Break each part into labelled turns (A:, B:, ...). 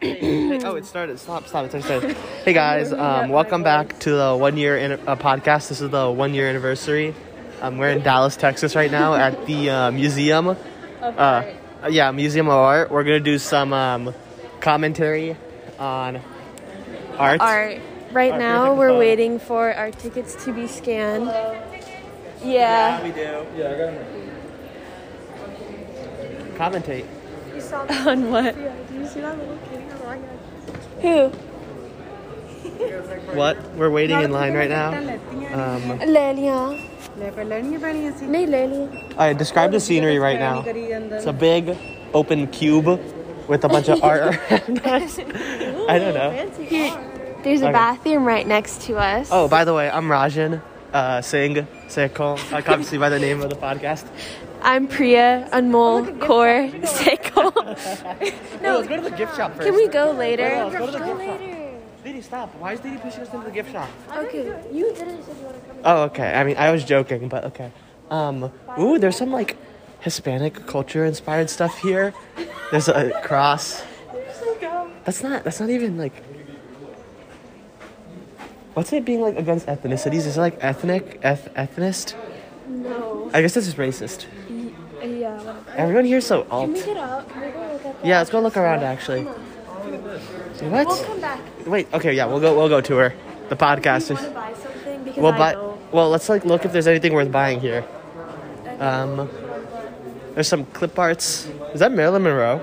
A: Hey, oh, it started. Stop, stop. It started. started. Hey guys, um, welcome back to the one year in- uh, podcast. This is the one year anniversary. Um, we're in Dallas, Texas right now at the uh, museum.
B: Of
A: Uh,
B: art.
A: yeah, Museum of Art. We're gonna do some um, commentary on art.
B: Art. Right
A: Art,
B: now,
A: take a
B: we're
A: photo.
B: waiting for our tickets to be scanned. Yeah.
A: we do. Yeah, I got Commentate.
B: On what? Who?
A: What? We're waiting in line right now. Um,
B: Lelia.
C: ਲੈ ਪਰ ਲੈਣੀਆਂ ਪੈਣੀਆਂ ਸੀ
B: Nay, Lelia.
A: all right, describe the scenery right now. It's a big open cube with a bunch of art. I don't know.
B: There's a
A: Okay.
B: bathroom right next to us.
A: Oh, by the way, I'm Rajan uh, Singh Sekol. I can't see by the name of the podcast.
B: I'm Priya Anmol Kaur Sekol.
A: No, Oh, let's go to the gift shop first.
B: Can we go later?
A: No, let's go to the gift shop. Didi, stop. Why is Didi pushing us into the gift shop?
B: Okay. You didn't say you want to come.
A: Oh, okay. I mean, I was joking, but okay. Um, ooh, there's some like Hispanic culture inspired stuff here. There's a cross. That's not. That's not even like. What's it being like against ethnicities? Is it like ethnic, eth- ethnist?
B: No.
A: I guess this is racist.
B: Yeah.
A: Everyone here's so alt.
B: Can we get out? Can we go look at the
A: Yeah, let's go look
B: stuff?
A: around actually.
B: Come on. We'll
A: What?
B: come back.
A: Wait. Okay. Yeah, we'll go. We'll go tour the podcast.
B: Do you want
A: is-
B: to buy something? Because
A: Well,
B: I
A: buy,
B: don't.
A: well, let's like look if there's anything worth buying here. Um, there's some clip arts. Is that Marilyn Monroe?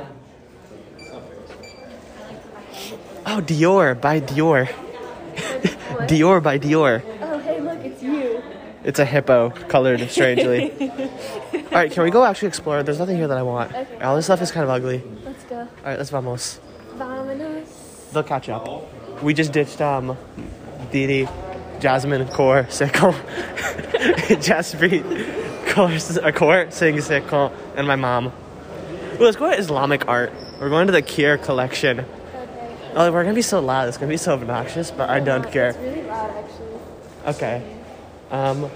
A: Oh, Dior by Dior. Dior by Dior.
B: Oh, hey, look, it's you.
A: It's a hippo colored strangely. All right, can we go actually explore? There's nothing here that I want.
B: Okay.
A: All this stuff is kind of ugly.
B: Let's go.
A: All right, let's vamos.
B: Vamonos.
A: They'll catch up. We just ditched um, Didi, Jasmine, Core, Sickle, Jaspreet, Core, uh, Core, Sing, Sickle, and my mom. Ooh, let's go to Islamic art. We're going to the Kier collection.
B: Okay.
A: Oh, we're gonna be so loud. It's gonna be so obnoxious, but I don't care.
B: It's really loud, actually.
A: Okay. Um,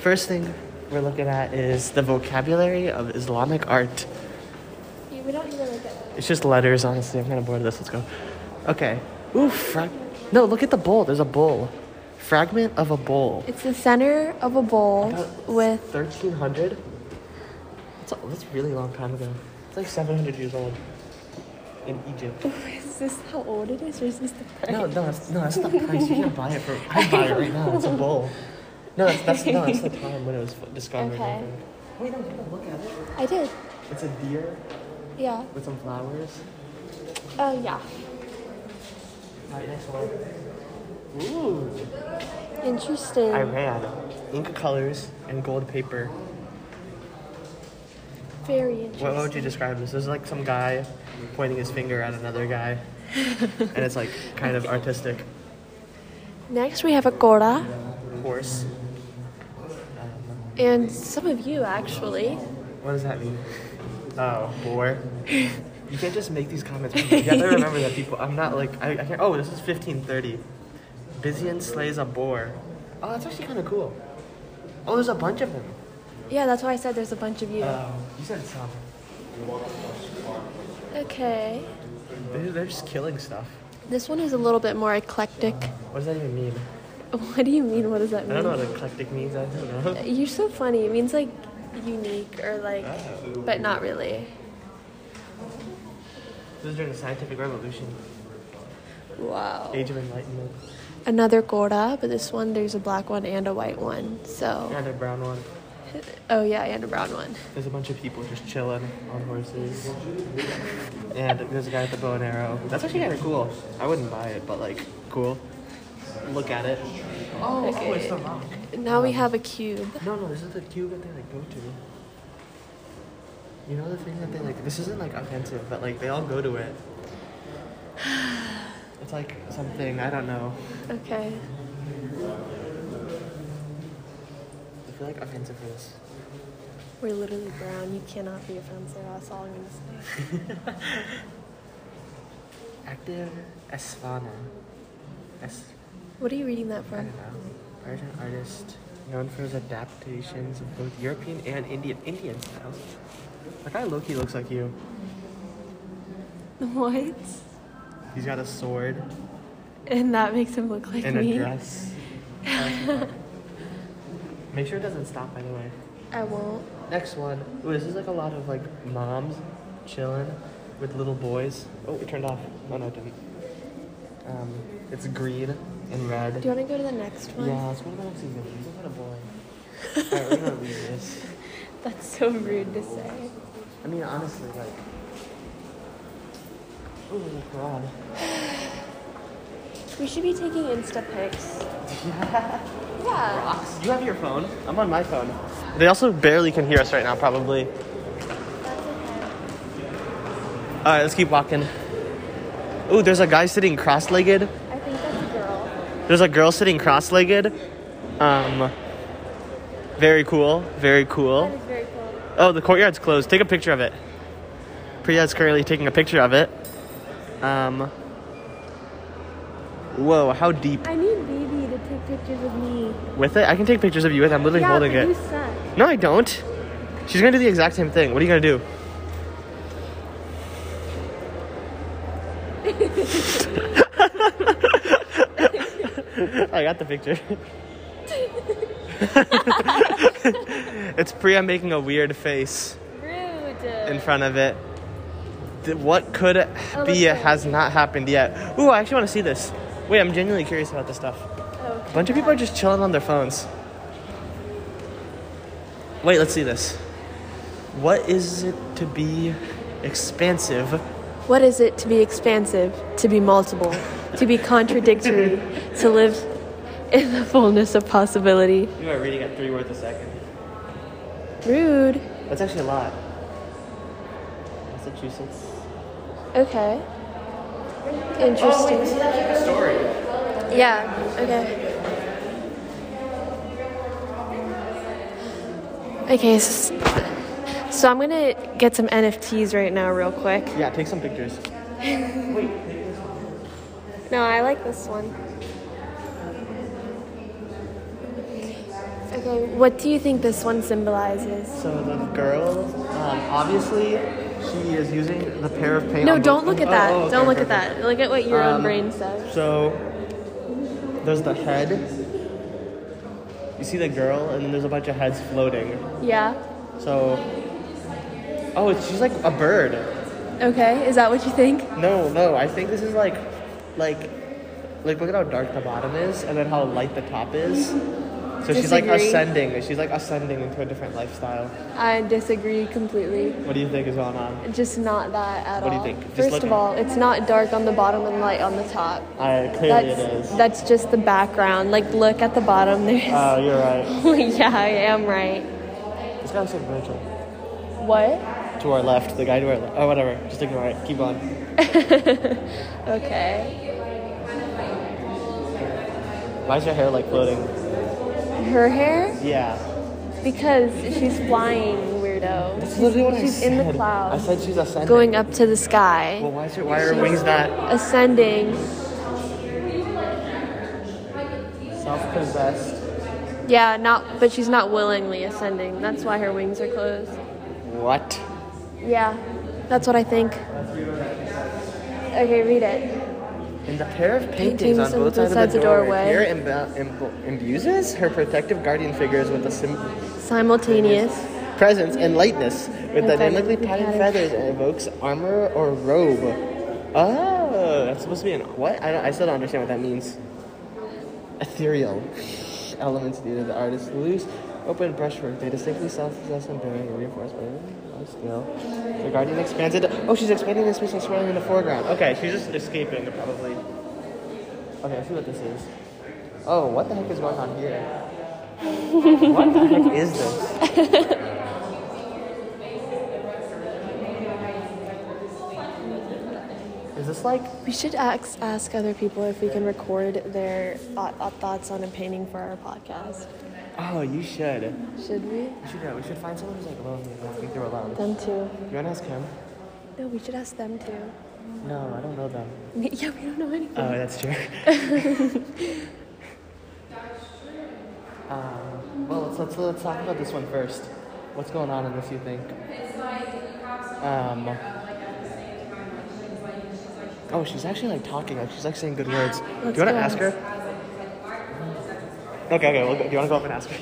A: first thing we're looking at is the vocabulary of Islamic art.
B: Yeah, We don't even look at
A: It's just letters, honestly. I'm kind of bored of this. Let's go. Okay. Ooh, frag. No, look at the bowl. There's a bowl. Fragment of a bowl.
B: It's the center of a bowl with.
A: 1300? That's, a, that's a really long time ago. It's like 700 years old in Egypt.
B: Is this how old it is, or is this the price?
A: No, no, that's, no, that's the price. You can't buy it for. I buy it right now. It's a bowl. No, that's, that's, no, that's the time when it was discovered. I
B: Okay.
A: think. Wait, no, take a look at it.
B: I did.
A: It's a deer
B: Yeah.
A: with some flowers.
B: Oh, yeah.
A: All right, next one. Ooh.
B: Interesting.
A: Iran, ink colors and gold paper.
B: Very interesting.
A: What, what would you describe this? This is like some guy pointing his finger at another guy, and it's like kind of artistic.
B: Next, we have a gora,
A: Horse.
B: and some of you actually.
A: What does that mean? Oh, boar. You can't just make these comments. people. You have to remember that people. I'm not like I, I can't. Oh, this is 1530. Bizian slays a boar. Oh, that's actually kind of cool. Oh, there's a bunch of them.
B: Yeah, that's why I said there's a bunch of you.
A: Oh, you said some.
B: okay.
A: They're, they're just killing stuff.
B: This one is a little bit more eclectic.
A: What does that even mean?
B: What do you mean? What does that
A: I
B: mean?
A: don't know what eclectic means. I don't know.
B: You're so funny. It means like unique or like,
A: Oh.
B: but not really.
A: This is during the scientific revolution,
B: Wow.
A: age of enlightenment.
B: Another gora, but this one there's a black one and a white one. So,
A: Another brown one.
B: oh yeah, and a brown one.
A: There's a bunch of people just chilling on horses. And there's a guy with a bow and arrow. That's actually kind of cool. I wouldn't buy it, but like, cool. Look at it. Oh,
B: Okay.
A: it's the rock.
B: Now we have a cube.
A: No, no, this is the cube that they like go to. You know the thing that they like. This isn't like offensive, but like they all go to it. It's like something I don't know.
B: Okay.
A: I feel like offensive for this.
B: We're literally brown. You cannot be offensive. That's all I'm gonna say.
A: Active Esfana. Es-
B: What are you reading that
A: I
B: for?
A: don't know. Persian artist known for his adaptations of both European and Indian Indian styles. That guy Loki looks like you.
B: What?
A: He's got a sword
B: And that makes him look like
A: and a
B: me.
A: dress. Make sure it doesn't stop, by the way.
B: I won't.
A: Next one. Ooh, this is like a lot of like moms chilling with little boys. Oh, it turned off. Oh no, it didn't. Um, it's green and red.
B: Do you want to go to the next one?
A: yeah, it's one of the next season. He's kind of boring. Alright, we're gonna leave this.
B: That's so rude to say.
A: I mean, honestly, like. Ooh, look, Rod.
B: We should be taking Insta pics. Yeah.
A: Do you have your phone? I'm on my phone. They also barely can hear us right now, probably.
B: That's okay.
A: All right, let's keep walking. Ooh, there's a guy sitting cross-legged.
B: I think that's a girl.
A: There's a girl sitting cross-legged. Um, very cool, very
B: That
A: cool.
B: is very cool.
A: Oh, the courtyard's closed. Take a picture of it. Priya's currently taking a picture of it. Um, whoa, how deep
B: I need Baby to take pictures of me.
A: with it? I can take pictures of you with. it. I'm literally
B: yeah,
A: holding
B: but
A: it.
B: you suck.
A: No, I don't. She's gonna do the exact same thing. What are you gonna do? I got the picture. it's Priya making a weird face
B: Rude.
A: in front of it. Th- What could
B: Oh,
A: be
B: that's
A: has not happened yet. Ooh, I actually want to see this. Wait, I'm genuinely curious about this stuff.
B: okay.
A: A bunch of people are just chilling on their phones. Wait, let's see this. What is it to be expansive?
B: What is it to be expansive, to be multiple, to be contradictory, to live in the fullness of possibility?
A: You are reading at three words a second.
B: Rude.
A: That's actually a lot. Massachusetts.
B: Okay. Interesting.
A: Story.
B: Yeah, okay. Okay, s- so I'm gonna get some NFTs right now, real quick.
A: Yeah, take some pictures.
B: No, I like this one. Okay, what do you think this one symbolizes?
A: So the girl, um, obviously, she is using the pair of paint.
B: No,
A: on
B: don't
A: both-
B: look at
A: Oh,
B: that.
A: oh, okay,
B: don't look
A: okay, okay.
B: at that. Look at what your
A: Um,
B: own brain says.
A: So there's the head. You see the girl, and then there's a bunch of heads floating.
B: Yeah.
A: So, oh, it's, she's like a bird.
B: Okay, is that what you think?
A: No, no, I think this is like, like, like look at how dark the bottom is, and then how light the top is. So she's like
B: Disagree.
A: ascending. She's like ascending into a different lifestyle.
B: I disagree completely.
A: What do you think is going on?
B: Just not that at
A: What do you
B: all.
A: think? Just
B: First
A: look
B: of
A: at-
B: all, it's not dark on the bottom and light on the top.
A: I clearly it
B: That's
A: is.
B: that's just the background. Like look at the bottom. There's
A: oh, you're right.
B: yeah, I am right.
A: This guy looks like Virgil.
B: What?
A: To our left, the guy to our left. Oh, whatever. Just ignore it. Keep on.
B: Okay.
A: Why is your hair like floating?
B: Her hair
A: Yeah.
B: because she's flying, weirdo.
A: That's literally what
B: she's
A: I said.
B: in the
A: I
B: clouds.
A: said she's ascending.
B: Going up to the sky,
A: Well, why is her? Why are her wings not
B: ascending.
A: self-possessed?
B: Yeah, not but she's not willingly ascending. That's why her wings are closed.
A: What?
B: Yeah. That's what I think. Okay, read it.
A: In the pair of paintings
B: Paintings
A: on both sides, of the doorway,
B: doorway.
A: Pierre imbu- imbu- imbues her protective guardian figures with a sim-
B: Simultaneous.
A: presence and lightness, with
B: And
A: dynamically
B: dynamically
A: padded
B: padded.
A: feathers, and evokes armor or robe. Oh, that's supposed to be an what? I, don't, I still don't understand what that means. Ethereal elements needed the artist's loose, open brushwork. They distinctly self-possessed and bearing a reinforced by by scale. The guardian expanded. Oh, she's expanding the space and swirling in the foreground. Okay, she's just escaping probably. Okay, I see what this is. Oh, what the heck is going on here? what the heck is this? Is this like
B: We should ask, ask other people if we can record their thought, uh, thoughts on a painting for our podcast.
A: Oh, you should.
B: Should we?
A: We should, uh, we should find someone who's like lonely. and I think they're alone.
B: Them too.
A: You wanna ask him?
B: No, we should ask them too.
A: No, I don't know them.
B: Yeah, we don't know anything.
A: Oh, that's true. um, well, let's, let's let's talk about this one first. What's going on in this? You think? Um, Oh, she's actually like talking. Like she's like saying good words.
B: Let's
A: do you want
B: go.
A: to ask her? Okay, okay. Well, do you want to go up and ask her?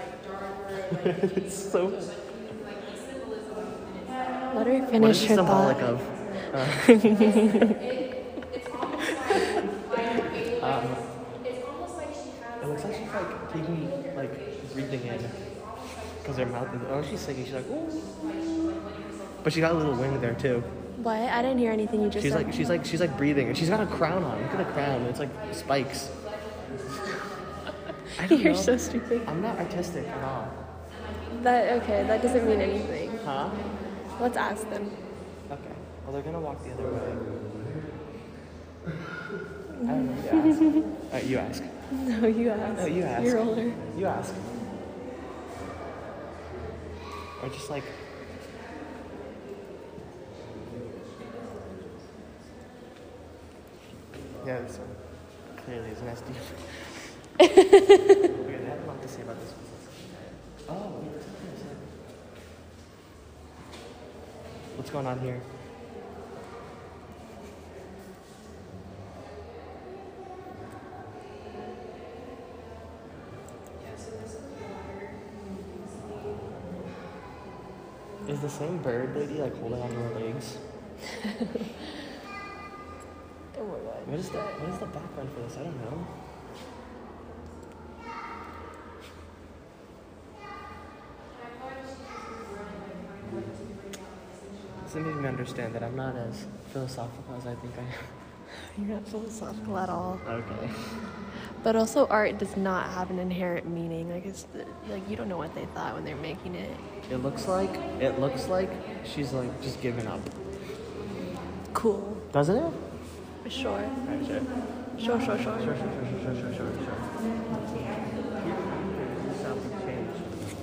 A: it's so
B: Let her
A: what is
B: finish
A: it
B: her
A: symbolic
B: thought.
A: of? Uh, um, it looks like she's like taking like breathing in because her mouth is. Oh, she's singing. She's like, ooh. But she got a little wing there too.
B: What? I didn't hear anything you just
A: She's
B: said.
A: like she's like she's like breathing, and she's got a crown on. Look at the crown; it's like spikes. I don't
B: You're
A: know.
B: so stupid.
A: I'm not artistic at all.
B: That okay? That doesn't mean anything.
A: Huh?
B: Let's ask them.
A: Okay. Well, they're gonna walk the other way. I don't know. You ask. Alright, you ask.
B: No, you ask.
A: No, you ask.
B: You're older.
A: You ask. Or just like. Yeah, this one clearly is nasty. okay, I have a lot to say about this one. Oh, wait, this is like- what's going on here? Is the same bird lady like holding on to her legs?
B: Don't worry about it.
A: What is the what is the background for this? I don't know. This made me understand that I'm not as philosophical as I think I
B: You're not philosophical at all.
A: am. Okay.
B: But also, art does not have an inherent meaning. Like it's the, like you don't know what they thought when they're making it.
A: It looks like it looks like she's like just giving up.
B: Cool.
A: Doesn't it?
B: Sure.
A: Alright, sure.
B: Sure. Sure. Sure.
A: Sure, sure, sure, sure, sure, sure, sure, sure. Something changed.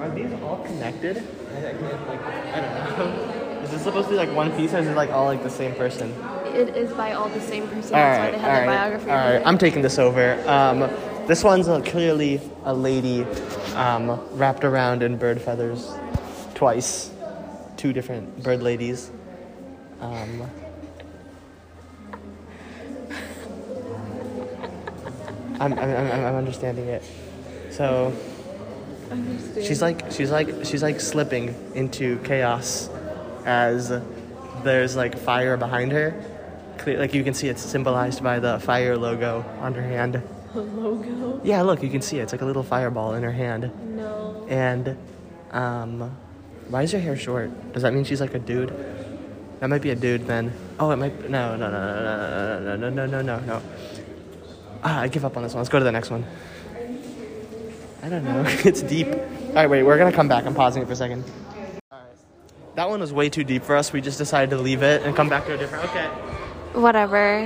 A: Are these all connected? I, I can't, like, I don't know. Is this supposed to be like one piece or is it like all like the same person?
B: It is by all the same person. That's why they had their biography.
A: All right, I'm taking this over. Um, this one's uh clearly a lady um, wrapped around in bird feathers twice. Two different bird ladies. Um, I'm, I'm, I'm, I'm understanding it. So she's like she's like she's like slipping into chaos as there's like fire behind her. Clear, like you can see it's symbolized by the fire logo on her hand.
B: the logo.
A: Yeah, look, you can see it. It's like a little fireball in her hand.
B: No.
A: And um, why is her hair short? Does that mean she's like a dude? That might be a dude then. Oh, it might. No, no, no, no, no, no, no, no, no, no, no, no. Ah, I give up on this one. Let's go to the next one. I don't know. it's deep. All right, wait. We're gonna come back. I'm pausing it for a second. All right. That one was way too deep for us. We just decided to leave it and come back to a different. Okay.
B: Whatever.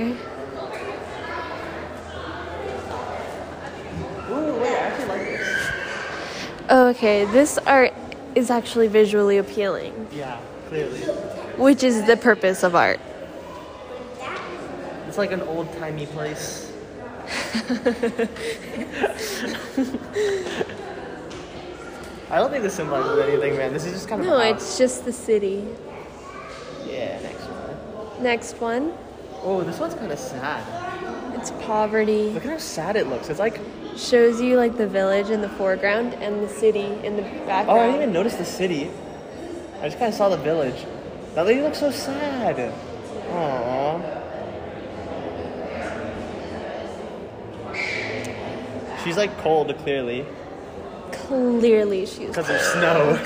A: Ooh, wait. I actually like this.
B: Oh, Okay. This art is actually visually appealing,
A: Yeah, clearly.
B: which is the purpose of art.
A: It's like an old timey place. I don't think this symbolizes anything, man. This is just kind of a
B: No,
A: house.
B: it's just the city.
A: yeah. Next one.
B: Next one.
A: Oh, this one's kind of sad.
B: It's poverty.
A: Look at how sad it looks. It's like
B: Shows you like the village in the foreground and the city in the background.
A: oh, I didn't even notice the city. I just kind of saw the village. That lady looks so sad. Aww. She's like cold, clearly.
B: Clearly, she's
A: because of snow.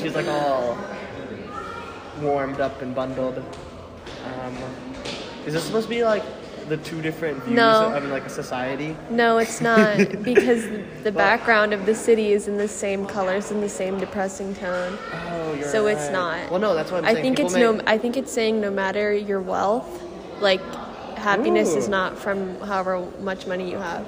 A: She's like all warmed up and bundled. Um, is this supposed to be like the two different views
B: No.
A: of like a society?
B: No, it's not because the background of the city is in the same colors and the same depressing tone.
A: Oh, you're
B: So it's
A: right.
B: not.
A: Well, no, that's what I'm
B: I
A: saying.
B: think
A: People
B: it's
A: may-
B: no. I think it's saying no matter your wealth, like happiness is
A: Ooh.
B: not from however much money you have.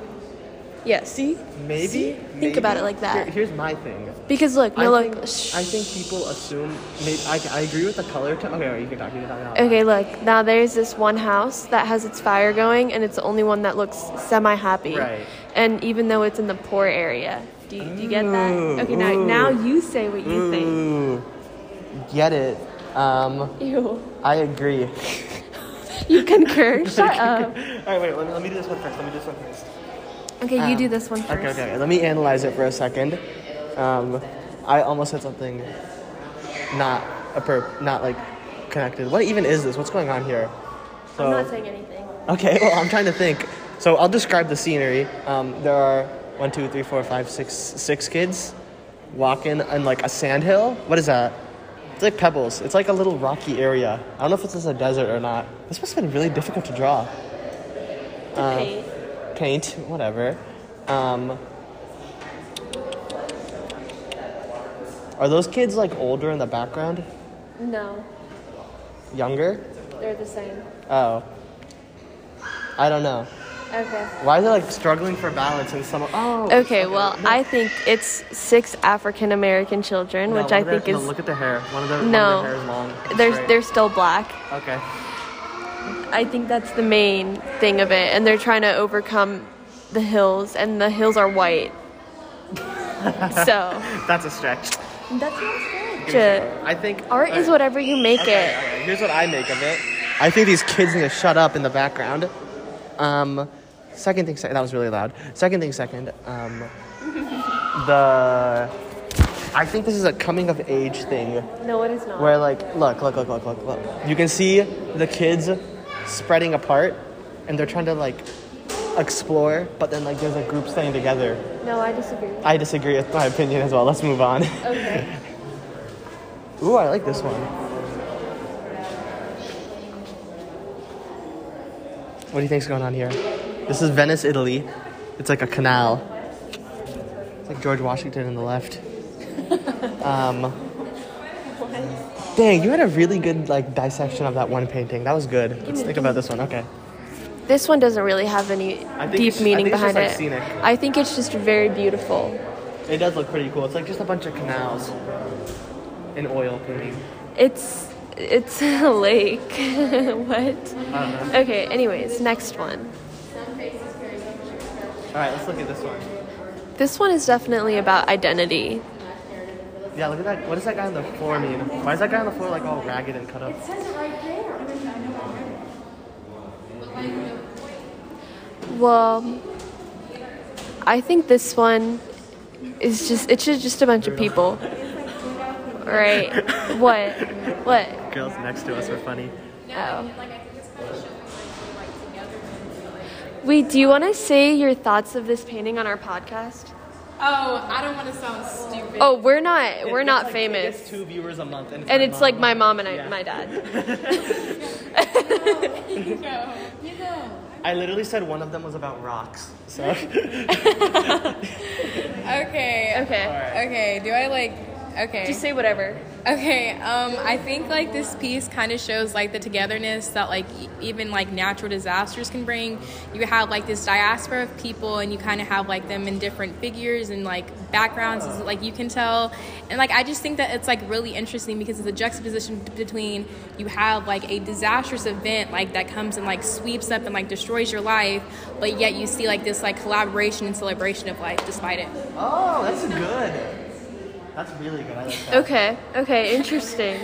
B: Yeah. See.
A: Maybe.
B: See? Think
A: maybe-
B: about it like that.
A: Here- here's my thing.
B: Because look, no
A: I
B: look.
A: think,
B: shh.
A: I think people assume. Maybe, I, I agree with the color. tone. okay, wait, you can talk. You can talk. I'll-
B: Okay, look. Now there's this one house that has its fire going, and it's the only one that looks semi happy.
A: Right.
B: And even though it's in the poor area, Do you, do you get that?
A: Ooh,
B: Okay, now,
A: ooh.
B: now you say what you think.
A: Ooh, get it. Um,
B: Ew.
A: I agree.
B: You concur? Shut up.
A: All right, wait. Let me, let me do this one first. Let me do this one first.
B: Okay, you do this one first.
A: Okay, okay. Let me analyze it for a second. Um, I almost said something not appro- not like connected. What even is this? What's going on here? So,
B: I'm not saying anything.
A: Okay, well, I'm trying to think. So I'll describe the scenery. Um, there are one, two, three, four, five, six, six kids walking on like a sand hill. What is that? It's like pebbles. It's like a little rocky area. I don't know if this is a desert or not. This must have been really difficult to draw.
B: To
A: uh,
B: paint.
A: Paint, whatever. Um, are those kids like older in the background?
B: No,
A: Younger?
B: they're the same.
A: Oh. I don't know.
B: Okay.
A: Why are they like struggling for balance and some? Oh.
B: Okay, well, I think it's six African American children,
A: No,
B: which
A: one
B: I
A: of their-
B: think
A: no,
B: is
A: look at the hair. One of their,
B: No.
A: one of their hair is long.
B: they're
A: Straight.
B: they're still black.
A: okay.
B: I think that's the main thing of it, and they're trying to overcome the hills, and the hills are white. so
A: That's a stretch.
B: that's not
A: Give me some
B: good.
A: more. I think
B: Art is whatever you make
A: Okay,
B: it.
A: okay, here's what I make of it. I think these kids need to shut up in the background. Um, second thing, sec- that was really loud. Second thing, second. Um, the I think this is a coming of age thing.
B: No, it is not.
A: where like look look look look look look you can see the kids spreading apart and they're trying to like explore but then like there's a group staying together
B: no, I disagree.
A: i disagree with my opinion as well let's move on
B: Okay.
A: ooh i like this one what do you think's going on here this is venice italy it's like a canal it's like george washington on the left um Dang, you had a really good like dissection of that one painting. That was good. Let's think about this one. Okay.
B: This one doesn't really have any
A: think
B: deep
A: it's- I
B: meaning
A: think it's just,
B: behind
A: like,
B: it.
A: scenic.
B: I think it's just very beautiful.
A: It does look pretty cool. It's like just a bunch of canals in oil painting.
B: It's it's a lake. what?
A: I don't know.
B: Okay, anyways, next one.
A: All right, let's look at this one.
B: This one is definitely about identity.
A: Yeah, look at that. What does that guy on the floor mean? Why is that guy on the floor like all ragged and cut up? It says
B: Well, I think this one is just it's just, just a bunch of people. Right. What? What?
A: girls next to us are funny.
B: Oh. Wait, do you want to say your thoughts of this painting on our podcast?
D: Oh, I don't want to sound stupid.
B: Oh, we're not we're
A: It
B: not
A: gets, like- it
B: famous.
A: gets two viewers a month, and it's,
B: and it's like
A: mom.
B: my mom and I,
A: Yeah.
B: my dad.
D: No. You know.
A: I literally said one of them was about rocks. So
D: Okay.
B: Okay.
D: Okay. Do I like? Okay.
B: Just say whatever.
D: okay. Um, I think like this piece kind of shows like the togetherness that like e- even like natural disasters can bring. You have like this diaspora of people, and you kind of have like them in different figures and like backgrounds, as, like you can tell. And like I just think that it's like really interesting because it's a juxtaposition t- between you have like a disastrous event like that comes and like sweeps up and like destroys your life, but yet you see like this like collaboration and celebration of life despite it.
A: oh, that's good. That's really good. I like that.
B: Okay. Okay. Interesting.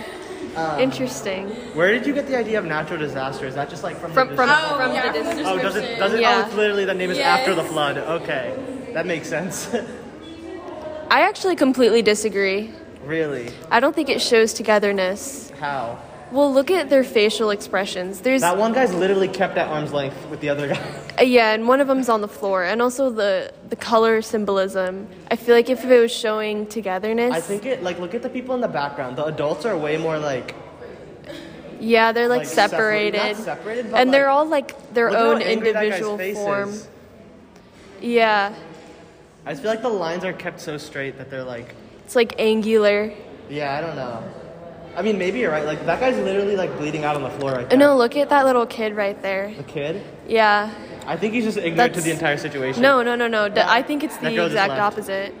B: Interesting.
A: Where did you get the idea of natural disaster? Is that just like from
B: From
A: the
B: from
A: description?
B: from the
D: yeah, from the
B: distance.
A: Oh, does it? Does it?
B: Yeah.
A: Oh, it's literally the name is
D: Yes.
A: after the flood. Okay, that makes sense.
B: I actually completely disagree.
A: really?
B: I don't think it shows togetherness.
A: How?
B: Well, look at their facial expressions. There's
A: That one guy's literally kept at arm's length with the other guy.
B: uh, yeah, and one of them's on the floor, and also the the color symbolism. I feel like if it was showing togetherness,
A: I think it. Like, look at the people in the background. The adults are way more like.
B: yeah, they're like,
A: Like, separate-
B: separated,
A: not separated, but,
B: and they're
A: like,
B: all like their
A: look at how
B: own
A: angry that guy's
B: individual
A: face
B: form.
A: is.
B: Yeah,
A: I just feel like the lines are kept so straight that they're like.
B: it's like angular.
A: Yeah, I don't know. I mean, maybe you're right. Like that guy's literally like bleeding out on the floor right
B: And
A: now.
B: No, look at that little kid right there.
A: The kid.
B: Yeah.
A: I think he's just ignorant to
B: That's-
A: the entire situation.
B: No, no, no, no. D- I think it's
A: That
B: the
A: girl just
B: exact
A: left.
B: opposite.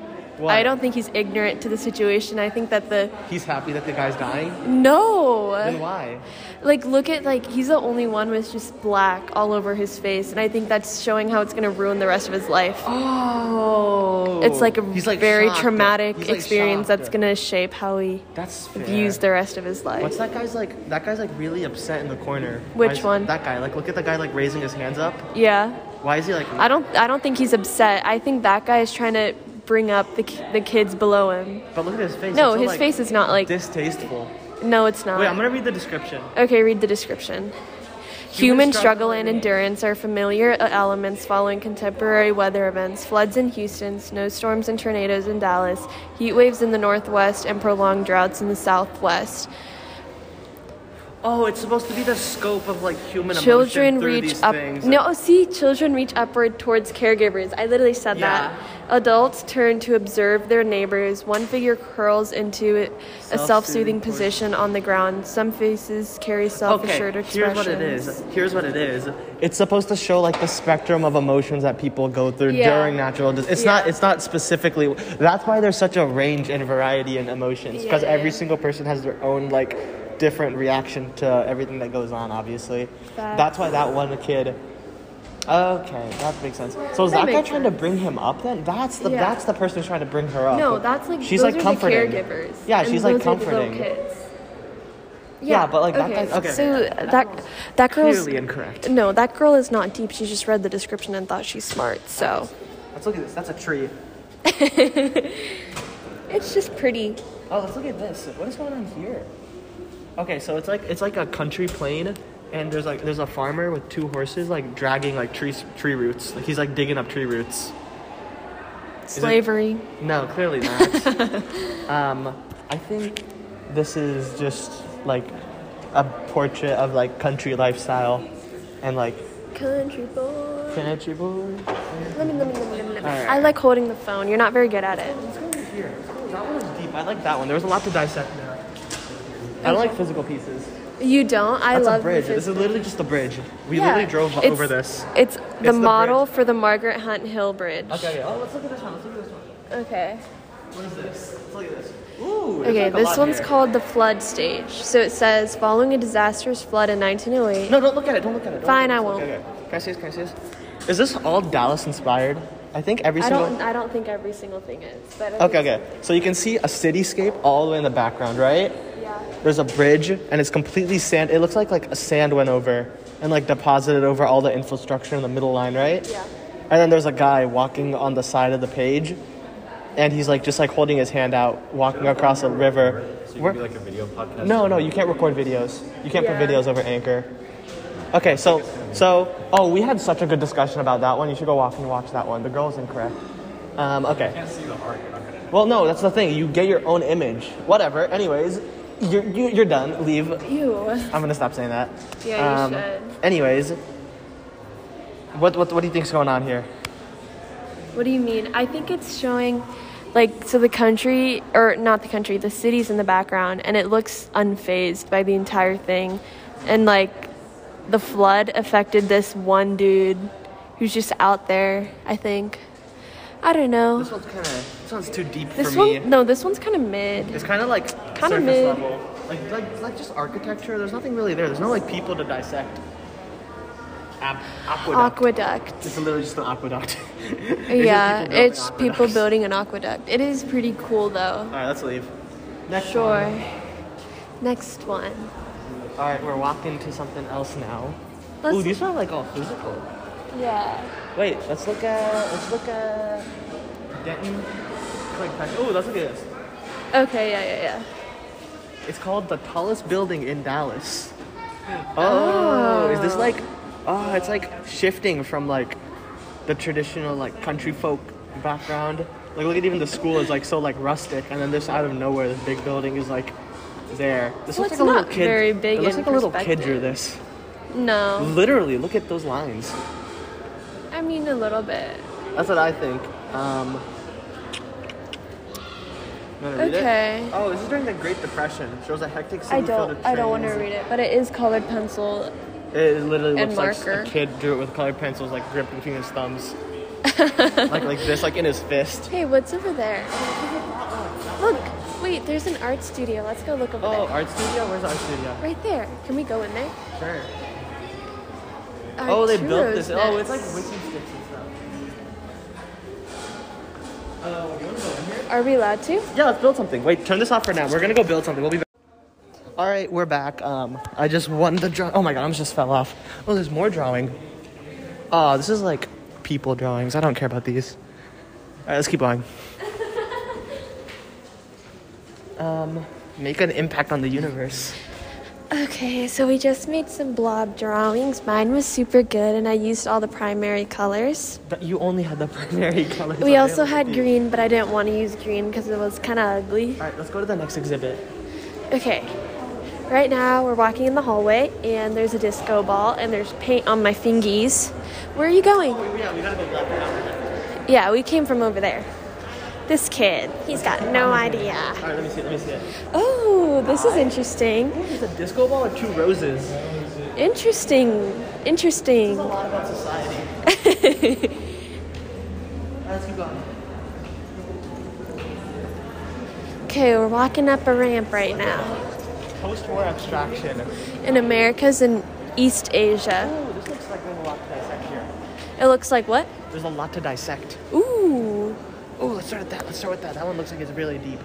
B: I don't think he's ignorant to the situation. I think that the
A: He's happy that the guy's dying.
B: no.
A: Then why?
B: like look at like he's the only one with just black all over his face and i think that's showing how it's going to ruin the rest of his life
A: Oh.
B: it's like a
A: He's,
B: very
A: shocked.
B: traumatic
A: He's, like, shocked.
B: experience that's going to shape how he
A: That's fair.
B: views the rest of his life
A: What's that guy's like? That guy's like really upset in the corner.
B: Which
A: Why is-
B: one?
A: That guy. Like, look at the guy like raising his hands up.
B: yeah
A: Why is he like?
B: i don't i don't think he's upset i think that guy is trying to bring up the, ki- the kids below him
A: But look at his face.
B: No,
A: It's so,
B: his
A: like,
B: face is not, like-
A: distasteful.
B: no it's not
A: Wait, I'm gonna read the description.
B: Okay, read the description. Human
A: struggle
B: struggle and
A: and-
B: endurance are familiar elements following contemporary weather events floods in Houston, snowstorms and tornadoes in Dallas, heat waves in the Northwest, and prolonged droughts in the Southwest.
A: Oh, it's supposed to be the scope of like human
B: Children
A: emotion through
B: reach
A: these
B: up.
A: things.
B: No, see, children reach upward towards caregivers. I literally said
A: Yeah.
B: that. Adults turn to observe their neighbors. One figure curls into a self
A: Self-soothing
B: soothing position on the ground. Some faces carry self
A: Okay,
B: assured
A: here's
B: expressions.
A: what it is. Here's what it is. It's supposed to show like the spectrum of emotions that people go through
B: Yeah.
A: during natural. Dis- it's not.
B: Yeah.
A: It's not specifically. That's why there's such a range and variety in emotions because
B: Yeah.
A: every single person has their own like different reaction to everything that goes on. Obviously,
B: Facts.
A: that's why that one kid. Okay, that makes sense. So is
B: That
A: that, guy
B: makes
A: trying to bring him up then? That's the
B: Yeah.
A: that's the person who's trying to bring her up.
B: No, that's like
A: she's
B: those
A: like
B: are
A: comforting.
B: the caregivers.
A: Yeah,
B: and
A: she's like
B: those are the little
A: comforting.
B: kids.
A: Yeah, but, like, that
B: okay.
A: guy's- okay.
B: So that that girl's
A: Clearly incorrect.
B: No, that girl is not deep. She just read the description and thought she's smart. So
A: Let's look at this. That's a tree.
B: it's just pretty.
A: Oh, let's look at this. What is going on here? Okay, so it's like it's like a country plain, and there's like there's a farmer with two horses like dragging like tree tree roots. Like he's like digging up tree roots.
B: Slavery.
A: No, clearly not. um, I think this is just like a portrait of like country lifestyle, and like
B: Country boy.
A: country boy.
B: Let me, let me, let me, let me, let me.
A: Alright.
B: I like holding the phone. You're not very good at it.
A: Let's go over here. That one was deep. I like that one. There was a lot to dissect there. I don't like physical pieces.
B: You don't. I
A: That's
B: love
A: a bridge.
B: the
A: This is
B: phys-
A: literally just a bridge. We
B: Yeah.
A: literally drove
B: It's-
A: over this.
B: It's the
A: the
B: model
A: bridge.
B: for the Margaret Hunt Hill Bridge.
A: Okay, okay. Oh, let's look at this one. Let's look at this one.
B: Okay.
A: What is this? Let's look at this. Ooh. there's,
B: Okay,
A: like, a
B: this
A: lot
B: one's
A: here.
B: called the flood stage. So it says, following a disastrous flood in 1908.
A: No, don't look at it. Don't look at it. Don't
B: Fine,
A: look at
B: I
A: it.
B: won't.
A: Okay, okay. Can I see this? Can I see this? Is this all Dallas inspired? I think every
B: I
A: single.
B: don't. I don't think every single thing is. But I
A: Okay,
B: think-
A: okay. So you can see a cityscape all the way in the background, right?
B: Yeah.
A: There's a bridge, and it's completely sand. It looks like like a sand went over and like deposited over all the infrastructure in the middle line, right?
B: Yeah.
A: And then there's a guy walking on the side of the page, and he's like just like holding his hand out, walking across a river.
E: So you
A: Where-
E: can do like a video podcast.
A: No, no, you can't record videos. You can't
B: Yeah.
A: put videos over Anchor. Okay, so so oh, we had such a good discussion about that one. You should go off and watch that one. The girl is incorrect. Um, okay.
E: can't see the art. You're not gonna.
A: Well, no, that's the thing. You get your own image. Whatever. Anyways, you're you, you're done. Leave.
B: Ew.
A: I'm gonna stop saying that. Um,
B: Yeah, you should.
A: Anyways, what what what do you think's going on here?
B: What do you mean? I think it's showing, like, so the country or not the country, the city's in the background, and it looks unfazed by the entire thing, and like, the flood affected this one dude, who's just out there. I think. I don't know.
A: This one's kind of this one's too deep
B: This
A: for
B: one,
A: me.
B: no, this one's kind of mid.
A: It's kind of like
B: Kinda
A: surface
B: mid.
A: level. Like, like like just architecture. There's nothing really there. There's no like people to dissect. Ap- aqueduct.
B: Aqueduct.
A: it's literally just an aqueduct.
B: Yeah, it's people
A: build.
B: building an aqueduct. It is pretty cool though.
A: All right, let's leave. Next
B: Sure. Next one.
A: All right, we're walking to something else now.
B: Let's-
A: Ooh, these are like all physical.
B: Yeah.
A: Wait, let's look at let's look at Denton. Click fashion. Ooh, let's look at this.
B: Okay, yeah, yeah, yeah.
A: It's called the tallest building in Dallas. Oh, is this like? Oh, it's like shifting from like the traditional like country folk background. Like look at even the school is like so like rustic, and then this out of nowhere, this big building is like there. This
B: Well,
A: looks like
B: it's
A: a little
B: not
A: kid.
B: very big
A: it looks
B: in
A: like a little kid drew
B: perspective.
A: this.
B: No.
A: Literally, look at those lines.
B: I mean a little bit.
A: That's what I think. Um, you wanna read it?
B: Okay.
A: Oh, this is during the Great Depression. Shows a hectic city
B: I
A: filled
B: don't
A: with
B: I don't want to
A: trains.
B: read it, but it is colored pencil.
A: It literally
B: And
A: looks like
B: marker.
A: a kid drew it with colored pencils, like gripped between his thumbs. like like this, like in his fist.
B: Hey, what's over there? Look, wait, there's an art studio. Let's go look over
A: Oh,
B: there.
A: art studio. Where's art studio?
B: Right there. Can we go in there?
A: Sure.
B: Our
A: Oh, they built
B: churros
A: this. Oh, it's like
B: nest.
A: wiki sticks and stuff.
B: Are we allowed to?
A: Yeah, let's build something. Wait, turn this off for now. We're gonna go build something. We'll be back. All right, we're back. Um, I just won the draw. Oh my god, I just fell off. Oh, there's more drawing. Oh, this is like people drawings. I don't care about these. All right, let's keep going. Um, make an impact on the universe.
B: Okay, so we just made some blob drawings. Mine was super good, and I used all the primary colors.
A: But you only had the primary colors.
B: We also
A: available
B: had
A: to you.
B: green, but I didn't want to use green because it was kind of ugly.
A: All right, let's go to the next exhibit.
B: Okay, right now we're walking in the hallway, and there's a disco ball, and there's paint on my fingies. Where are you going?
A: Oh, Yeah, we gotta go left now.
B: Yeah, we came from over there. This kid, he's got no idea.
A: All right, let me see. Let me see it.
B: Oh, this is interesting.
A: Is a disco ball or two roses?
B: Interesting. Interesting.
A: a lot about society. Let's keep going.
B: Okay, we're walking up a ramp right now.
A: Post-war abstraction.
B: In Americas and East Asia.
A: Oh, this looks like there's a lot to dissect here.
B: It looks like what?
A: There's a lot to dissect.
B: Ooh.
A: Oh, let's start with that. Let's start with that. That one looks like it's really deep.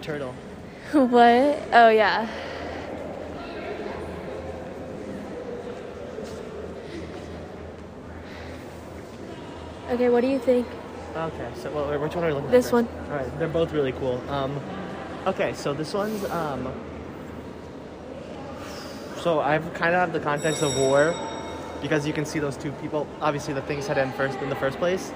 A: Turtle.
B: What? Oh, yeah. Okay, what do you think?
A: Okay, so well, which one are we looking at?
B: This
A: first?
B: one.
A: All right, they're both really cool. Um, okay, so this one's um. So I've kind of have the context of war, because you can see those two people. Obviously, the things had end first in the first place,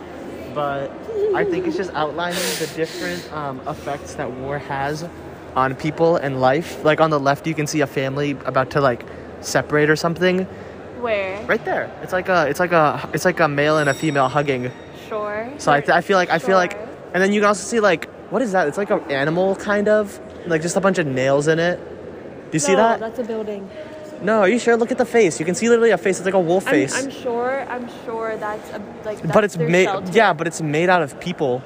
A: but I think it's just outlining the different um, effects that war has on people and life. Like on the left, you can see a family about to like separate or something.
B: Where?
A: Right there, it's like a, it's like a, it's like a male and a female hugging.
B: Sure.
A: So I, th- I feel like I feel like,
B: Sure.
A: and then you can also see like what is that? It's like an animal kind of, like just a bunch of nails in it. Do you see that?
B: That's a building.
A: No, are you sure? Look at the face. You can see literally a face. It's like a wolf
B: I'm,
A: face,
B: I'm sure. I'm sure that's a like.
A: but
B: that's
A: it's
B: their
A: made.
B: shelter.
A: Yeah, but it's made out of people.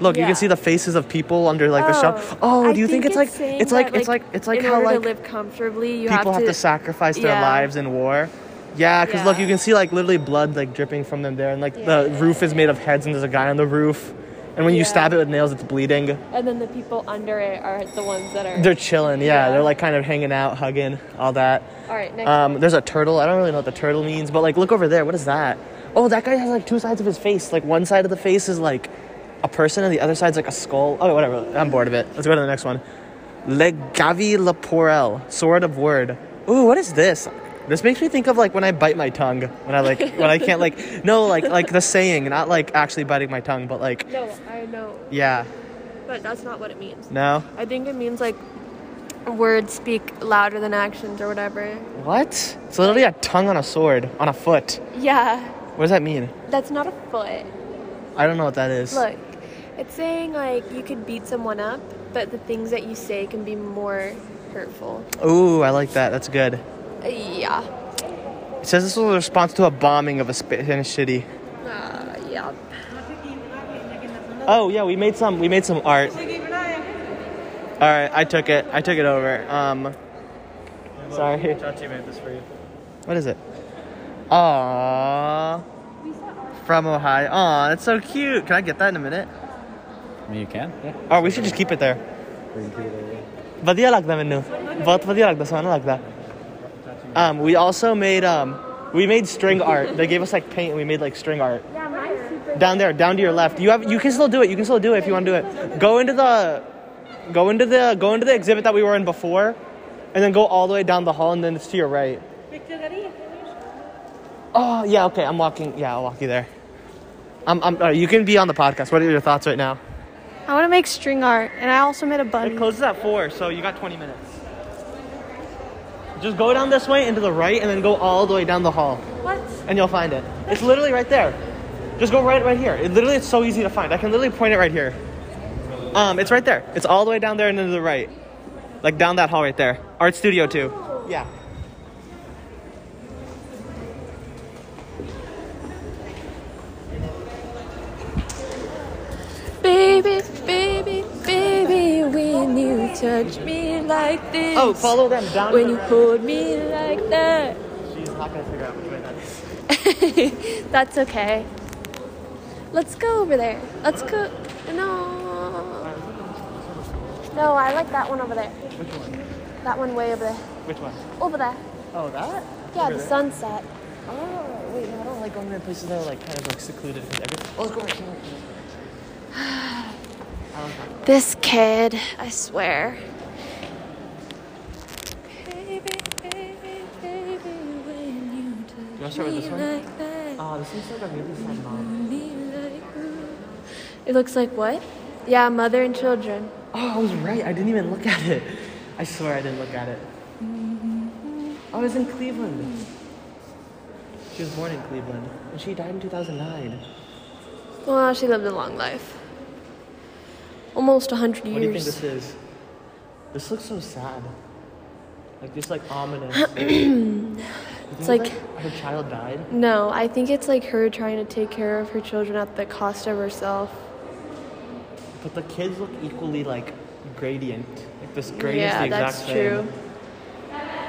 A: Look, you
B: Yeah.
A: can see the faces of people under like the shell. Oh,
B: I
A: do you think, it's like
B: saying
A: it's like
B: that,
A: it's like it's like
B: in
A: how
B: order
A: like
B: to live comfortably, you
A: people
B: have to,
A: sacrifice their
B: yeah.
A: lives in war. Yeah, because look,
B: Yeah.
A: you can see like literally blood like dripping from them there, and like the
B: Yeah.
A: roof is made of heads, and there's a guy on the roof, and when you
B: Yeah.
A: stab it with nails, it's bleeding.
B: and then the people under it are the ones that are.
A: They're chilling, yeah.
B: Yeah.
A: They're like kind of hanging out, hugging, all that.
B: All right, next.
A: Um, there's a turtle. I don't really know what the turtle means, but like, look over there. What is that? Oh, that guy has like two sides of his face. Like one side of the face is like a person, and the other side's like a skull. Oh, whatever. I'm bored of it. Let's go to the next one. Legavi Leporel, sword of word. Ooh, what is this? This makes me think of like when I bite my tongue when I like when I can't like no like like the saying, not like actually biting my tongue, but like
B: no, I know,
A: yeah,
B: but that's not what it means.
A: no.
B: I think it means like words speak louder than actions or whatever.
A: What? It's literally a tongue on a sword on a foot.
B: Yeah,
A: What does that mean?
B: that's not a foot.
A: I don't know what that is.
B: Look, it's saying like you could beat someone up, but the things that you say can be more hurtful.
A: Ooh, I like that. That's good.
B: Uh, yeah.
A: It says this was a response to a bombing of a Spanish city.
B: Uh, yeah.
A: Oh yeah, we made some. We made some art. All right, I took it. I took it over. Um, sorry.
E: Chachi made this for you.
A: What is it? Aww. From Ohio. Aw, that's so cute. Can I get that in a minute?
E: I mean, you can. Yeah.
A: Oh, we should just keep it there. ਵਧੀਆ ਲੱਗਦਾ ਮੈਨੂੰ ਬਹੁਤ ਵਧੀਆ ਲੱਗਦਾ ਸੋਹਣਾ ਲੱਗਦਾ um we also made um we made string art they gave us like paint and we made like string art yeah, down there down to your left you have you can still do it you can still do it if you want to do it go into the go into the go into the exhibit that we were in before and then go all the way down the hall and then it's to your right oh yeah okay i'm walking yeah i'll walk you there i'm, I'm uh, you can be on the podcast what are your thoughts right now
F: I want to make string art, and I also made a
A: It
F: bun.
A: closes at four, so you got 20 minutes. Just go down this way into the right, and then go all the way down the hall,
F: What?
A: and you'll find it. It's literally right there. Just go right, right here. It literally, it's so easy to find. I can literally point it right here. Um, it's right there. It's all the way down there and into the right, Oh. like down that hall right there. Art Studio Two. Yeah.
B: Baby, baby, baby, when you touch me like this.
A: Oh, follow them down.
B: When you hold me like that.
A: She's not gonna figure out which way that is.
B: That's okay. Let's go over there. Let's go. No. No, I like that one over there.
A: Which one?
B: That one way over there.
A: Which one?
B: Over there.
A: Oh, that?
B: Yeah,
A: Over
B: the
A: there?
B: sunset.
A: Oh, wait, no, I don't like going to places that are like kind of like secluded because everything. Oh, let's go right here.
B: This kid, I swear. Baby, baby, baby, when you touch
A: wanna start with
B: me
A: this one?
B: like that,
A: Oh, this looks like a really sad mom.
B: me like that. It looks like what? Yeah, mother and children.
A: Oh, I was right. I didn't even look at it. I swear I didn't look at it. I was in Cleveland. She was born in Cleveland, and she died in 2009.
B: Well, she lived a long life. Almost
A: What
B: 100
A: do you think
B: years.
A: this is? This looks so sad. Like this, like ominous. You think
B: It's like-
A: her child died.
B: No, I think it's like her trying to take care of her children at the cost of herself.
A: But the kids look equally like gradient. Like this gradient is the
B: yeah,
A: exact
B: that's
A: same.
B: true.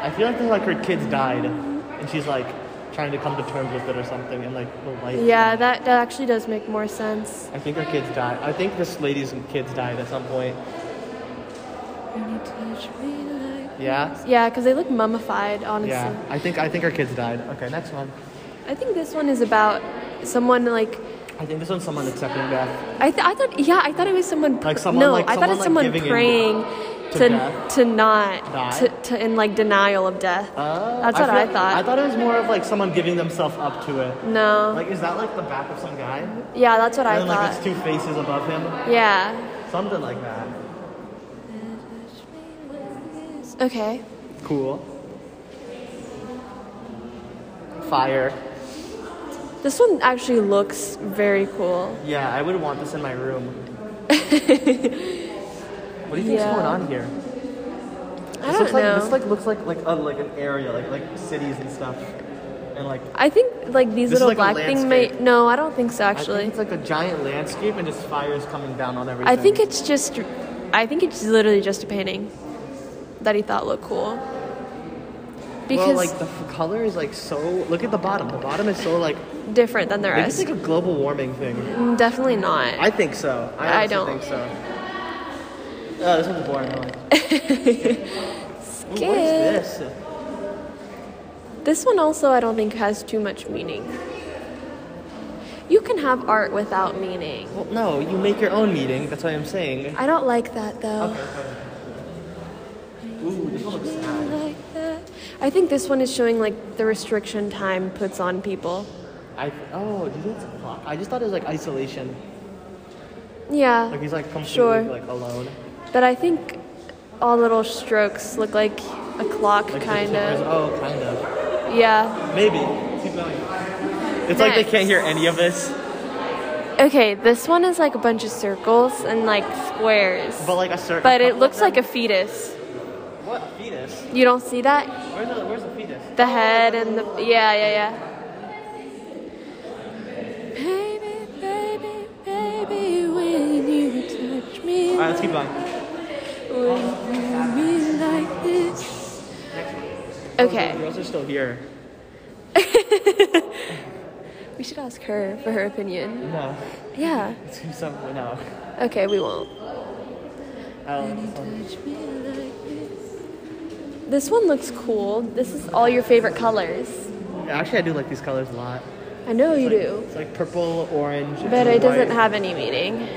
A: I feel like they're like her kids died, and she's like trying to come to terms with it or something, and like the light.
B: Yeah, that, that actually does make more sense.
A: I think her kids died. I think this lady's kids died at some point. Yeah.
B: Yeah, because they look mummified, honestly.
A: Yeah. I think I think her kids died. Okay, next one.
B: I think this one is about someone like
A: I think this one's someone accepting death.
B: I, th- I thought yeah I thought it was someone pr-
A: Like someone-
B: no
A: like
B: I thought
A: someone, like,
B: it's someone
A: giving in
B: praying
A: to
B: to to,
A: death.
B: not
A: Die?
B: to, to in like denial of death.
A: Oh,
B: That's what
A: feel-
B: I thought.
A: I thought it was more of like someone giving themselves up to it.
B: no,
A: Like, is that like the back of some guy?
B: yeah, that's what I
A: and then, like it's
B: thought.
A: two faces above him,
B: yeah.
A: something like that.
B: Okay.
A: Cool. Fire.
B: This one actually looks very cool.
A: Yeah, I would want this in my room. what do you think's
B: Yeah.
A: going on here?
B: I
A: this
B: don't
A: looks
B: know.
A: like this like looks like like a, like an area like like cities and stuff, and like
B: I think like these
A: This is
B: little
A: like a
B: black things may
A: landscape.
B: no I don't think so
A: I
B: actually.
A: think it's like a giant landscape and just fires coming down on everything.
B: I think it's just I think it's literally just a painting that he thought looked cool.
A: well,
B: Because
A: like the f- color is like so. Look at the bottom. The bottom is so like.
B: different than the
A: Maybe it's
B: rest.
A: like a global warming thing.
B: Mm, Definitely not.
A: I think so. I,
B: I
A: honestly
B: don't.
A: think so. Oh, this one's boring. Really. Ooh, what is this?
B: This one also I don't think has too much meaning. You can have art without meaning.
A: Well, no, you make your own meeting. That's what I'm saying.
B: I don't like that though.
A: Ooh, this one looks sad.
B: Like that. I think this one is showing like the restriction time puts on people.
A: I oh, do you think it's a clock? I just thought it was like isolation.
B: Yeah.
A: Like he's like completely
B: Sure.
A: like alone.
B: But I think all little strokes look like a clock
A: Like,
B: kind
A: there's-
B: of.
A: Oh, kind of.
B: Yeah.
A: Maybe. Keep going. It's like they
B: Next.
A: can't hear any of this,
B: Okay, this one is like a bunch of circles and like squares.
A: but like a certain.
B: But it looks like a fetus.
A: What fetus?
B: You don't see that?
A: Where's the where's the fetus?
B: The head and the yeah, yeah, yeah. Baby, baby, baby, when you touch me,
A: All right, let's keep going.
B: when you hold me like this.
A: The
B: Okay,
A: girls are still here.
B: we should ask her for her opinion.
A: No,
B: Yeah.
A: it's something. No.
B: Okay, we won't.
A: Um,
B: This one looks cool. This is all your favorite colors.
A: actually, I do like these colors a lot.
B: I know you do.
A: It's like purple, orange.
B: But
A: and
B: it doesn't
A: white.
B: have any meaning.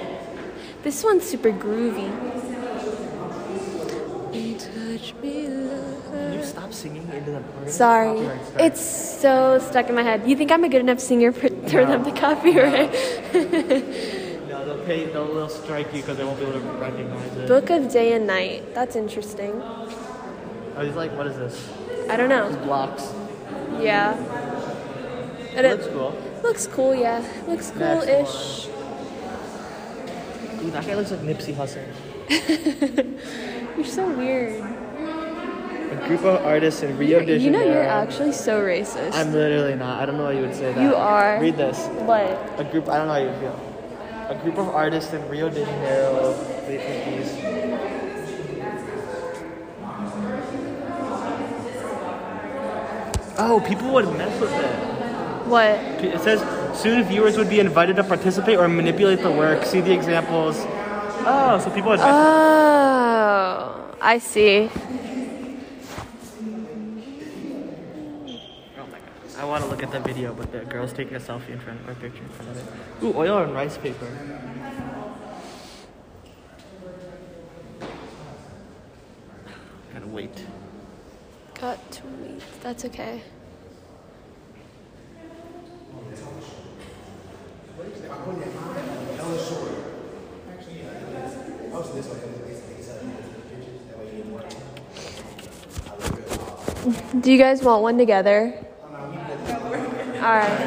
B: This one's super groovy.
A: Can you stop singing into the. we're gonna
B: Sorry.
A: copyright strike.
B: It's so stuck in my head. You think I'm a good enough singer for turn up the copyright?
A: No, they'll pay. They'll, they'll strike you because they won't be able to recognize it.
B: Book of Day and Night. That's interesting.
A: I was like, what is this?
B: I don't know.
A: Blocks.
B: Yeah. And
A: That's
B: it
A: cool.
B: looks cool, yeah. Looks cool
A: Next
B: ish.
A: Dude, that guy looks like Nipsey Hussle.
B: You're so weird.
A: A group of artists in Rio de Janeiro.
B: You know you're actually so racist.
A: I'm literally not. I don't know why you would say that.
B: You are.
A: Read this.
B: What?
A: A group. I don't know how you feel. a group of artists in Rio de Janeiro late 50s. Oh, people would mess with it.
B: What?
A: P- It says soon viewers would be invited to participate or manipulate the work. See the examples. Oh, so people would. mess-
B: Oh, I see.
A: oh my god! I want to look at the video, but the girl's taking a selfie in front of or picture in front of it. Ooh, oil and rice paper. Gotta wait.
B: Got to wait. That's okay. Do you guys want one together? All right.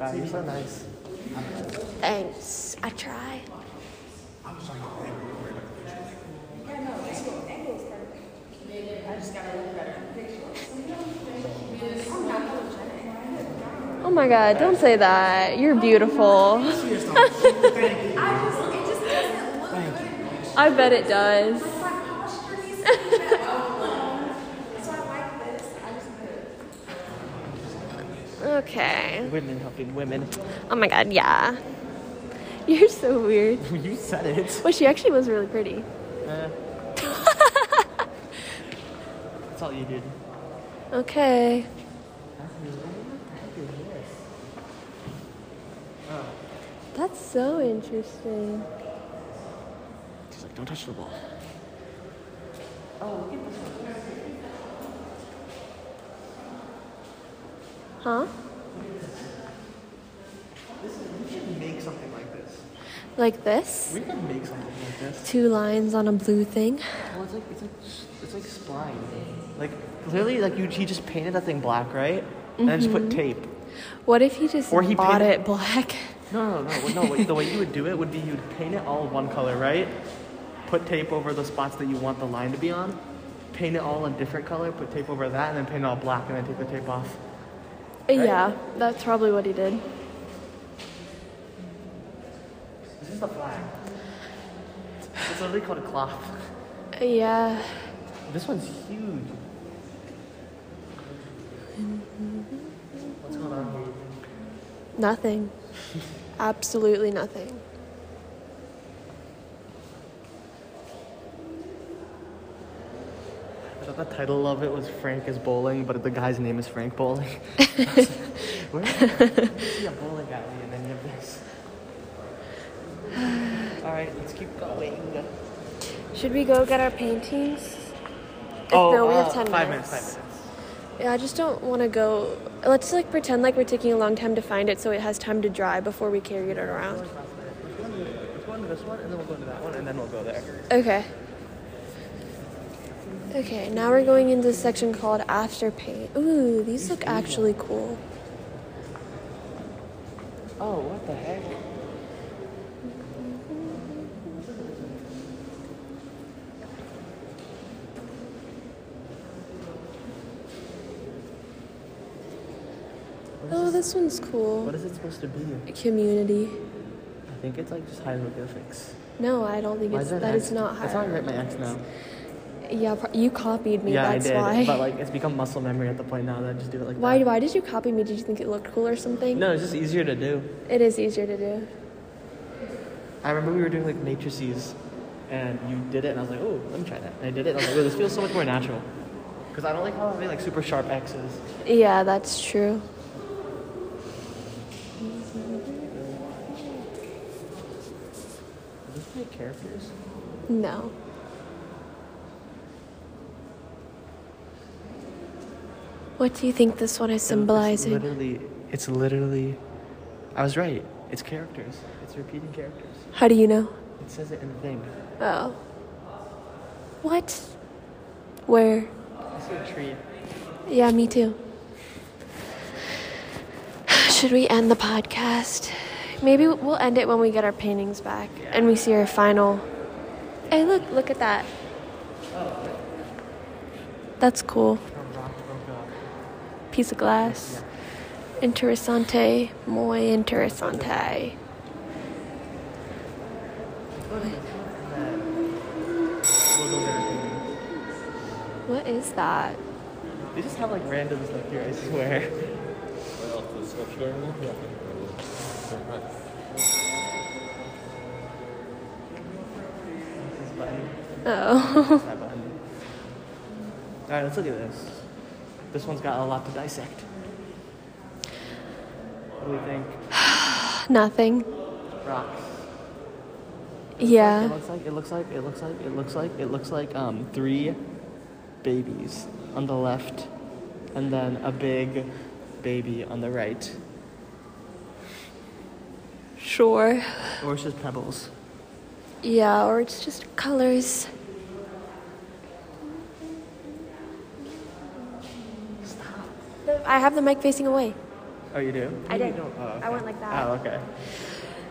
A: Wow, you're so nice.
B: Thanks. I try. Oh my god, don't say that. You're beautiful. I bet it does. okay.
A: Women helping women.
B: Oh my god, yeah. You're so weird.
A: you said it.
B: Well, she actually was really pretty.
A: That's all you did.
B: Okay. That's so interesting.
A: She's like, don't touch the ball.
B: Huh?
A: We should make something like this.
B: Like this?
A: We could make something like this.
B: Two lines on a blue thing.
A: Well, it's like it's like it's like spline. Like clearly, like you, he just painted that thing black, right? And then just put tape.
B: What if he just
A: Or he
B: bought
A: painted-
B: it black?
A: No, no, no, no. what- the way you would do it would be you'd paint it all one color, right? Put tape over the spots that you want the line to be on. Paint it all a different color. Put tape over that, and then paint it all black, and then take the tape off.
B: Yeah, that's probably what he did.
A: This is the flag. It's literally called a cloth.
B: Yeah.
A: This one's huge. What's going on here?
B: Nothing. Absolutely nothing.
A: I thought the title of it was Frank is Bowling, but the guy's name is Frank Bowling. Where where do you see a bowling alley and then you have this? All right, let's keep going.
F: Should we go get our paintings?
B: no, we have 10
A: Oh, uh, five
B: minutes.
A: minutes. Five minutes.
B: Yeah, I just don't want to go. Let's like pretend like we're taking a long time to find it so it has time to dry before we carry it around.
A: Let's go into this one, and then we'll go into that one, and then we'll go there.
B: Okay. Okay, now we're going into a section called After Paint. Ooh, these look actually cool.
A: Oh, what the heck?
B: Oh, this one's cool.
A: What is it supposed to be?
B: Community.
A: I think it's like just hieroglyphics.
B: No, I don't think
A: Why
B: it's
A: that
B: that
A: X?
B: is not
A: That's how I
B: high.
A: write my X now.
B: Yeah, pro- you copied me.
A: yeah,
B: that's
A: I did.
B: why.
A: But like, it's become muscle memory at the point now that I just do it like
B: why?
A: that.
B: Why did you copy me? Did you think it looked cool or something?
A: No, it's just easier to do.
B: It is easier to do.
A: I remember we were doing like matrices, and you did it, and I was like, oh, let me try that. And I did it, and I was like, oh, this feels so much more natural. Because I don't like how I'm having like super sharp X's.
B: Yeah, that's true.
A: Are these like characters?
B: No. What do you think this one is
A: It's
B: symbolizing?
A: literally, it's literally, I was right. It's characters. It's repeating characters.
B: How do you know?
A: It says it in the thing.
B: Oh. What? Where?
A: I see a tree.
B: Yeah, me too. Should we end the podcast? Maybe we'll end it when we get our paintings back and we see our final. Hey, look, look at that. That's cool.
A: A rock broke up.
B: Piece of glass. Interessante, muy interesante. What is that?
A: They just have like random stuff here, I swear. This button,
B: Oh.
A: that button. Alright, let's look at this. This one's got a lot to dissect. What do we think?
B: Nothing.
A: Rocks. It
B: Yeah.
A: looks like it looks like it looks like it looks like it looks like um three babies on the left and then a big baby on the right.
B: Sure.
A: Or it's just pebbles.
B: Yeah, or Oh, it's just colors. The- I have the mic facing away.
A: Oh you do?
F: I did.
A: Oh, okay.
F: I went like that.
A: Oh okay.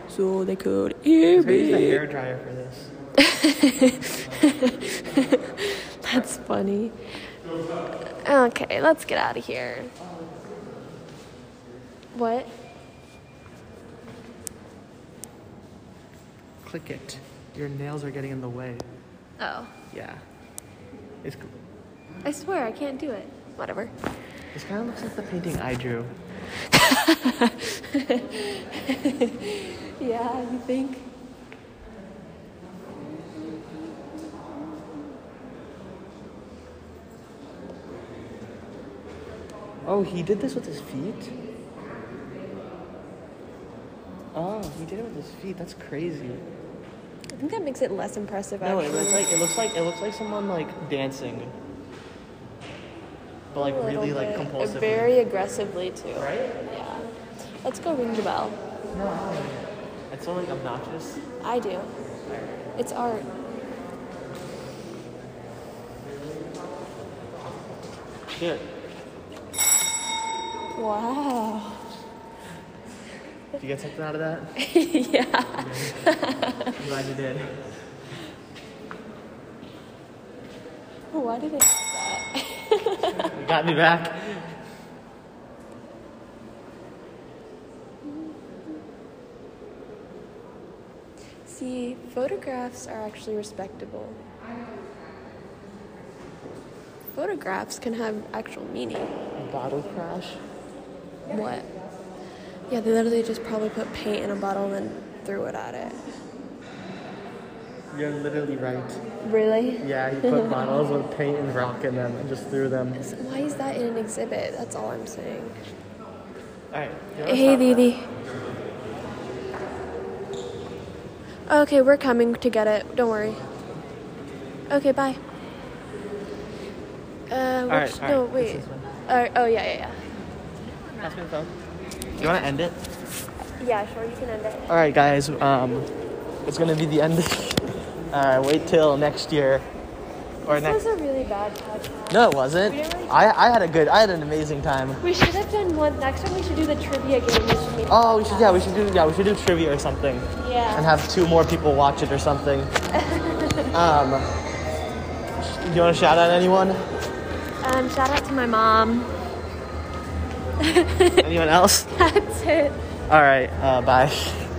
B: So they could hear
A: So use the
B: me.
A: hair dryer for this.
B: That's funny. Okay, let's get out of here. What?
A: Click it. Your nails are getting in the way.
B: Oh.
A: Yeah. It's cool.
B: I swear I can't do it. Whatever.
A: This kind of looks like the painting I drew.
B: Yeah, you think?
A: Oh, he did this with his feet? Oh, he did it with his feet. That's crazy.
B: I think that makes it less impressive
A: No, it
B: actually.
A: looks like it looks like it looks like someone like dancing. But like
B: A little
A: really like
B: bit.
A: compulsively.
B: Very aggressively too.
A: right?
B: Yeah. Let's go ring the bell.
A: It's so like obnoxious.
B: I do. It's art.
A: Shit.
B: Wow.
A: Did you get something out of that?
B: yeah.
A: I'm glad you did.
B: Why did it have that?
A: You got me back.
B: See, photographs are actually respectable. Photographs can have actual meaning.
A: Bottle crash.
B: What? Yeah, they literally just probably put paint in a bottle and then threw it at it.
A: You're literally right.
B: Really?
A: Yeah, you put bottles with paint and rock in them and just threw them.
B: Why is that in an exhibit? That's all I'm saying.
A: Alright.
B: Hey, Didi. Okay, we're coming to get it. Don't worry. Okay, bye. Uh, which,
A: right, all
B: no,
A: right,
B: wait.
A: this is one.
B: All right, oh, yeah, yeah,
A: Pass me the phone. You wanna end it?
B: yeah. Yeah, sure, you can end it.
A: All right, guys. Um, it's gonna be the end. uh, wait till next year, or
B: This
A: next.
B: was a really bad podcast.
A: No, it wasn't. I, I had a good. I had an amazing time.
B: We should have done one. Next time we should do the trivia game. We should make a
A: Oh, we should. Yeah, we
B: podcast.
A: should do. Yeah, we should do trivia or something,
B: Yeah.
A: and have two more people watch it or something. um, you want to shout out anyone?
B: Um, shout out to my mom.
A: Anyone else?
B: That's it.
A: All right. Uh, bye.